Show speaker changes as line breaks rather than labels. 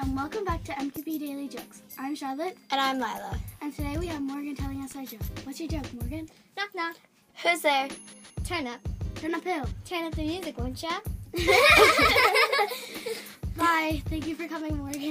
and welcome back to MQB Daily Jokes. I'm Charlotte,
And I'm Lila.
and today we have Morgan telling us our joke. What's your joke, Morgan?
Knock knock. Who's there? Turn up.
Turn up hill.
Turn up the music, won't ya?
Bye. Thank you for coming, Morgan.